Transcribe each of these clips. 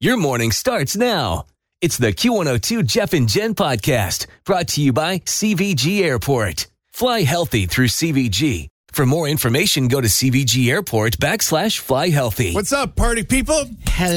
Your morning starts now. It's the Q102 Jeff and Jen podcast brought to you by CVG Airport. Fly healthy through CVG. For more information, go to CVG Airport backslash fly healthy. What's up, party people? Hello.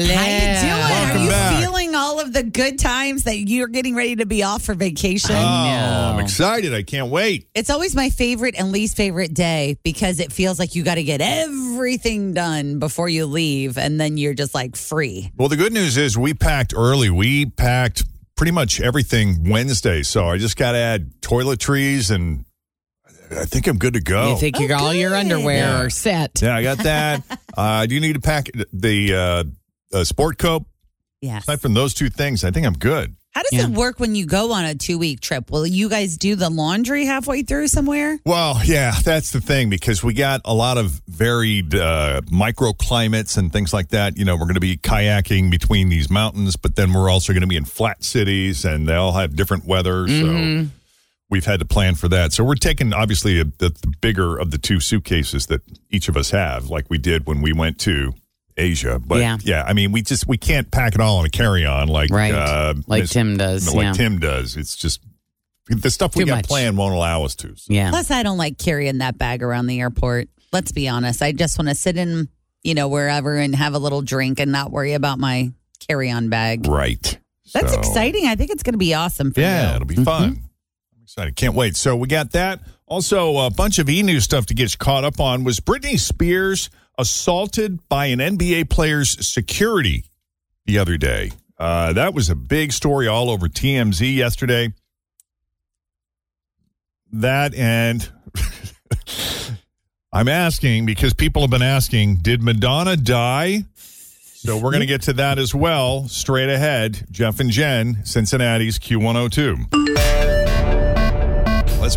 How you doing? Welcome Are you back. feeling all of the good times that you're getting ready to be off for Oh. vacation? I'm excited. I can't wait. It's always my favorite and least favorite day because it feels like you got to get everything done before you leave and then you're just like free. Well, the good news is we packed early. We packed pretty much everything Wednesday. So I just got to add toiletries and I think I'm good to go. You think Oh, you Oh, all your underwear Yeah. are set. yeah, I got that. uh, I do need to pack the uh, uh, sport coat. Yes. Aside from those two things, I think I'm good. How does Yeah. it work when you go on a two week trip? Will you guys do the laundry halfway through somewhere? Well, yeah, that's the thing because we got a lot of varied uh, microclimates and things like that. You know, we're going to be kayaking between these mountains, but then we're also going to be in flat cities, and they all have different weather. Mm-hmm. So we've had to plan for that. So we're taking obviously a, the, the bigger of the two suitcases that each of us have, like we did when we went to Asia. But yeah, Yeah. I mean, we just we can't pack it all in a carry on like Right. uh, Like Miss- Tim does. like yeah. Tim does. It's just the stuff we Too got much. planned won't allow us to. So. Yeah. Plus, I don't like carrying that bag around the airport. Let's be honest. I just want to sit in, you know, wherever and have a little drink and not worry about my carry on bag. Right. That's So, exciting. I think it's going to be awesome for Yeah, you. it'll be fun. I'm excited. Can't wait. So we got that. Also, a bunch of e news stuff to get you caught up on was Britney Spears assaulted by an NBA player's security the other day. Uh, that was a big story all over TMZ yesterday. That and I'm asking because people have been asking, did Madonna die? So we're going to get to that as well straight ahead. Jeff and Jen, Cincinnati's Q102. Let's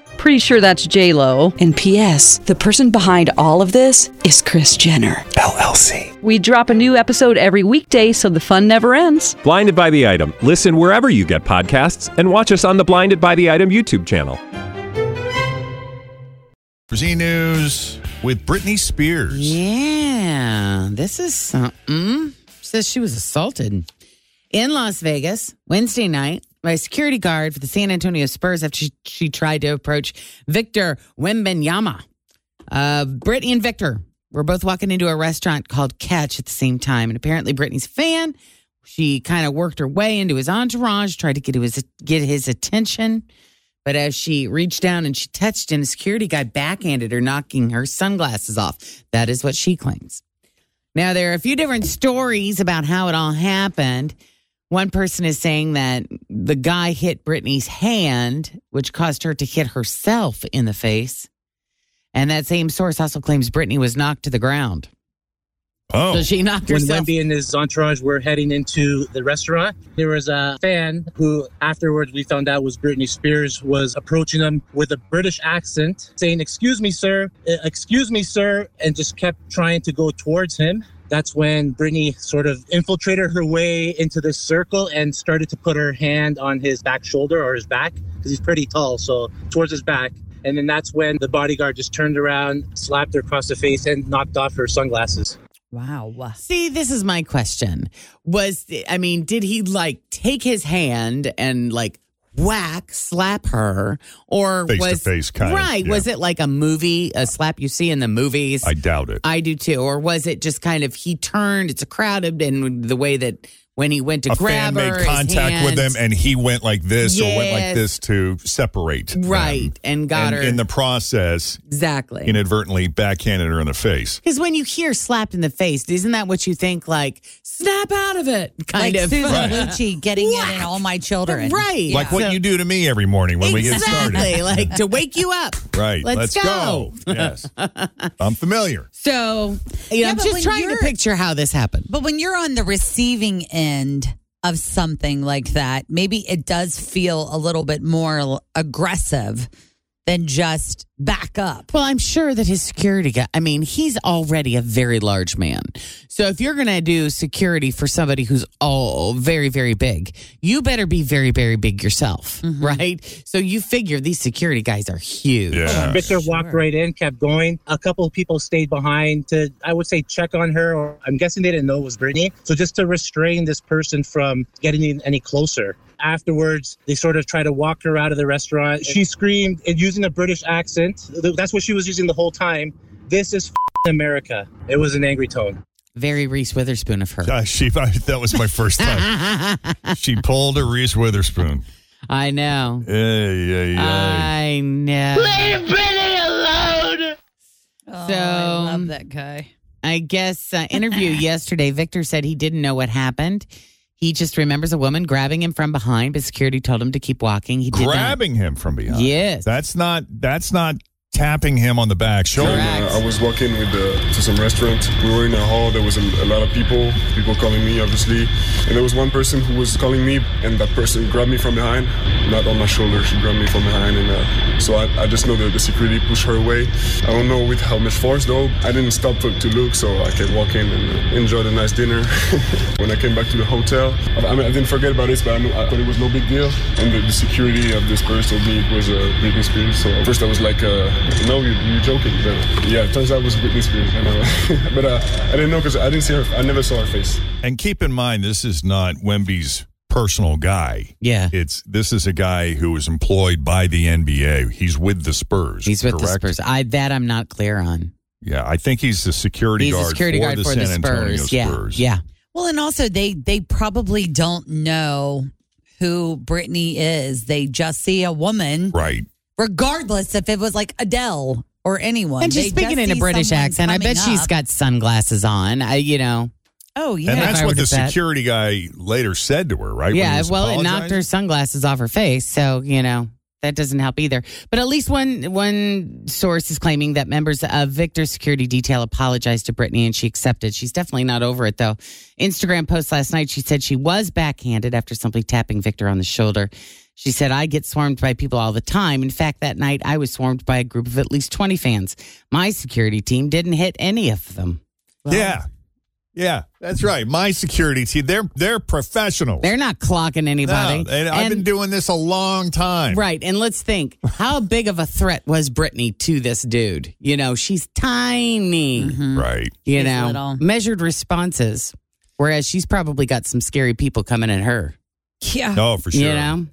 Pretty sure that's J Lo. And P.S. The person behind all of this is Chris Jenner. LLC. We drop a new episode every weekday, so the fun never ends. Blinded by the item. Listen wherever you get podcasts, and watch us on the Blinded by the Item YouTube channel. Z News with Britney Spears. Yeah, this is something. Says she was assaulted in Las Vegas Wednesday night by a security guard for the San Antonio Spurs after she, she tried to approach Victor Wembenyama. Uh, Brittany and Victor were both walking into a restaurant called Catch at the same time, and apparently Brittany's a fan. She kind of worked her way into his entourage, tried to get his get his attention. But as she reached down and she touched him, the security guy backhanded her, knocking her sunglasses off. That is what she claims. Now, there are a few different stories about how it all happened. One person is saying that the guy hit Brittany's hand, which caused her to hit herself in the face. And that same source also claims Brittany was knocked to the ground. Oh, So she knocked when herself. Wendy and his entourage were heading into the restaurant, there was a fan who, afterwards, we found out was Britney Spears, was approaching them with a British accent, saying, "Excuse me, sir, Uh, excuse me, sir," and just kept trying to go towards him. That's when Britney sort of infiltrated her way into this circle and started to put her hand on his back shoulder or his back because he's pretty tall, so towards his back. And then that's when the bodyguard just turned around, slapped her across the face, and knocked off her sunglasses. Wow. See, this is my question. Was I mean, did he like take his hand and like whack, slap her, or Face to was face kind of, right? yeah. Was it like a movie, a slap you see in the movies? I doubt it. I do too. Or was it just kind of he turned? It's a crowded, and the way that when he went to a fan grab made her, his contact with them hand- and he went like this or went like Yes. this to separate them. Right, and got her. in the process exactly. inadvertently backhanded her in the face Because when you hear slapped in the face, isn't that what you think? Like, snap out of it, kind like of. Susan Right. Lucci getting in and all my children. Right. like what So- you do to me every morning when we get Exactly. started like to wake you up. right Let's go, yes i'm familiar So, you know, Yeah, I'm but just when trying to you're- picture how this happened. But when you're on the receiving end of something like that, maybe it does feel a little bit more l- aggressive than just back up. Well, I'm sure that his security guy, I mean, he's already a very large man. So if you're going to do security for somebody who's all very, very big, you better be very, very big yourself, Mm-hmm. right? So you figure these security guys are huge. yeah Victor walked right in, kept going. A couple of people stayed behind to, I would say, check on her, or I'm guessing they didn't know it was Brittany. So just to restrain this person from getting in any closer. Afterwards, they sort of try to walk her out of the restaurant. She screamed and using a British accent. th- That's what she was using the whole time. This is f***ing America. It was an angry tone. Very Reese Witherspoon of her. Uh, she that was my first time she pulled a reese witherspoon I know. yeah yeah yeah I know. Oh, So- I love that guy. I guess uh, interview yesterday, Victor said he didn't know what happened. He just remembers a woman grabbing him from behind, but security told him to keep walking. He did not- grabbing him from behind Yes. that's not that's not tapping him on the back shoulder Correct. I was walking with the, to some restaurant. We were in a hall. There was a, a lot of people, people calling me, obviously. And there was one person who was calling me, and that person grabbed me from behind, not on my shoulder. She grabbed me from behind, and uh, so I, I just know that the security pushed her away. I don't know with how much force though. I didn't stop to, to look, so I could walk in and enjoy the nice dinner. when I came back to the hotel, I, I, mean, I didn't forget about this, but I, knew, I thought it was no big deal. And the, the security of this person told me it was uh, Britney Spears. So at first I was like, uh, no, you, you're joking. But yeah, it turns out it was Britney Spears. I know. but uh, I didn't know because I didn't see her. I never saw her face. And keep in mind, this is not Wemby's personal guy. Yeah. It's this is a guy who is employed by the NBA. He's with the Spurs. He's with correct? the Spurs. I that I'm not clear on. Yeah, I think he's the security He's guard a security for guard the for San the Antonio Spurs. Yeah, Spurs. yeah. Well, and also they they probably don't know who Brittany is. They just see a woman, Right. regardless if it was like Adele or anyone. And They she's speaking just in a see British someone accent. I coming bet she's up. got sunglasses on. I, you know. Oh yeah, And that's I what look the at that- security guy later said to her, right? When he yeah. was Well, it knocked her apologizing? sunglasses off her face, so you know that doesn't help either. But at least one one source is claiming that members of Victor's security detail apologized to Brittany and she accepted. She's definitely not over it though. Instagram post last night, she said she was backhanded after simply tapping Victor on the shoulder. She said, I get swarmed by people all the time. In fact, that night I was swarmed by a group of at least 20 fans. My security team didn't hit any of them. Yeah. Yeah, that's right. My security team, they're they're professionals. They're not clocking anybody. No, and I've been And- doing this a long time. Right. And let's think how big of a threat was Brittany to this dude? You know, she's tiny, Right. you Mm-hmm. She's know, little. measured responses. Whereas she's probably got some scary people coming at her, yeah. Oh, for sure. you know?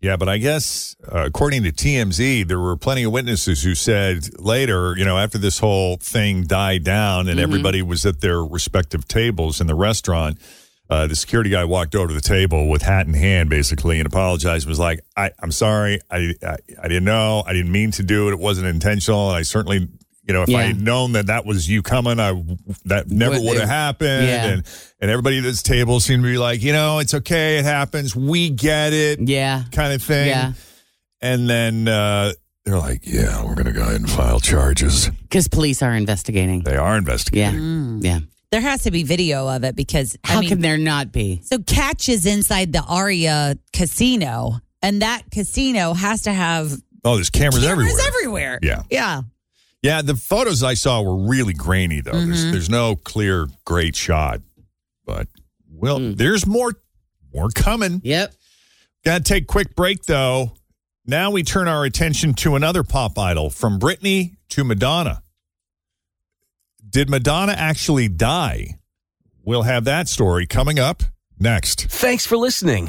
Yeah, but I guess uh, according to TMZ, there were plenty of witnesses who said later, you know, after this whole thing died down Mm-hmm. and everybody was at their respective tables in the restaurant, uh, the security guy walked over to the table with hat in hand, basically, and apologized. and Was like, I, "I'm sorry, I, I, I didn't know, I didn't mean to do it. It wasn't intentional. And I certainly, you know, if I Yeah. had known that that was you coming, I w- that never Wouldn't would have have- happened." Yeah. And and everybody at this table seemed to be like, "You know, it's okay, it happens. We get it." Yeah. kind of thing. Yeah. And then uh, they're like, yeah, we're going to go ahead and file charges. Because police are investigating. They are Yeah. investigating. Yeah. There has to be video of it because How Mm. I mean, can there not be? So Catch is inside the Aria casino, and that casino has to have Oh, there's cameras, everywhere. cameras everywhere. Yeah. Yeah. Yeah, the photos I saw were really grainy, though. There's, there's no clear, great shot. But, well, there's more, more coming. Yep. Got to take quick break, though. Now we turn our attention to another pop idol from Britney to Madonna. Did Madonna actually die? We'll have that story coming up next. Thanks for listening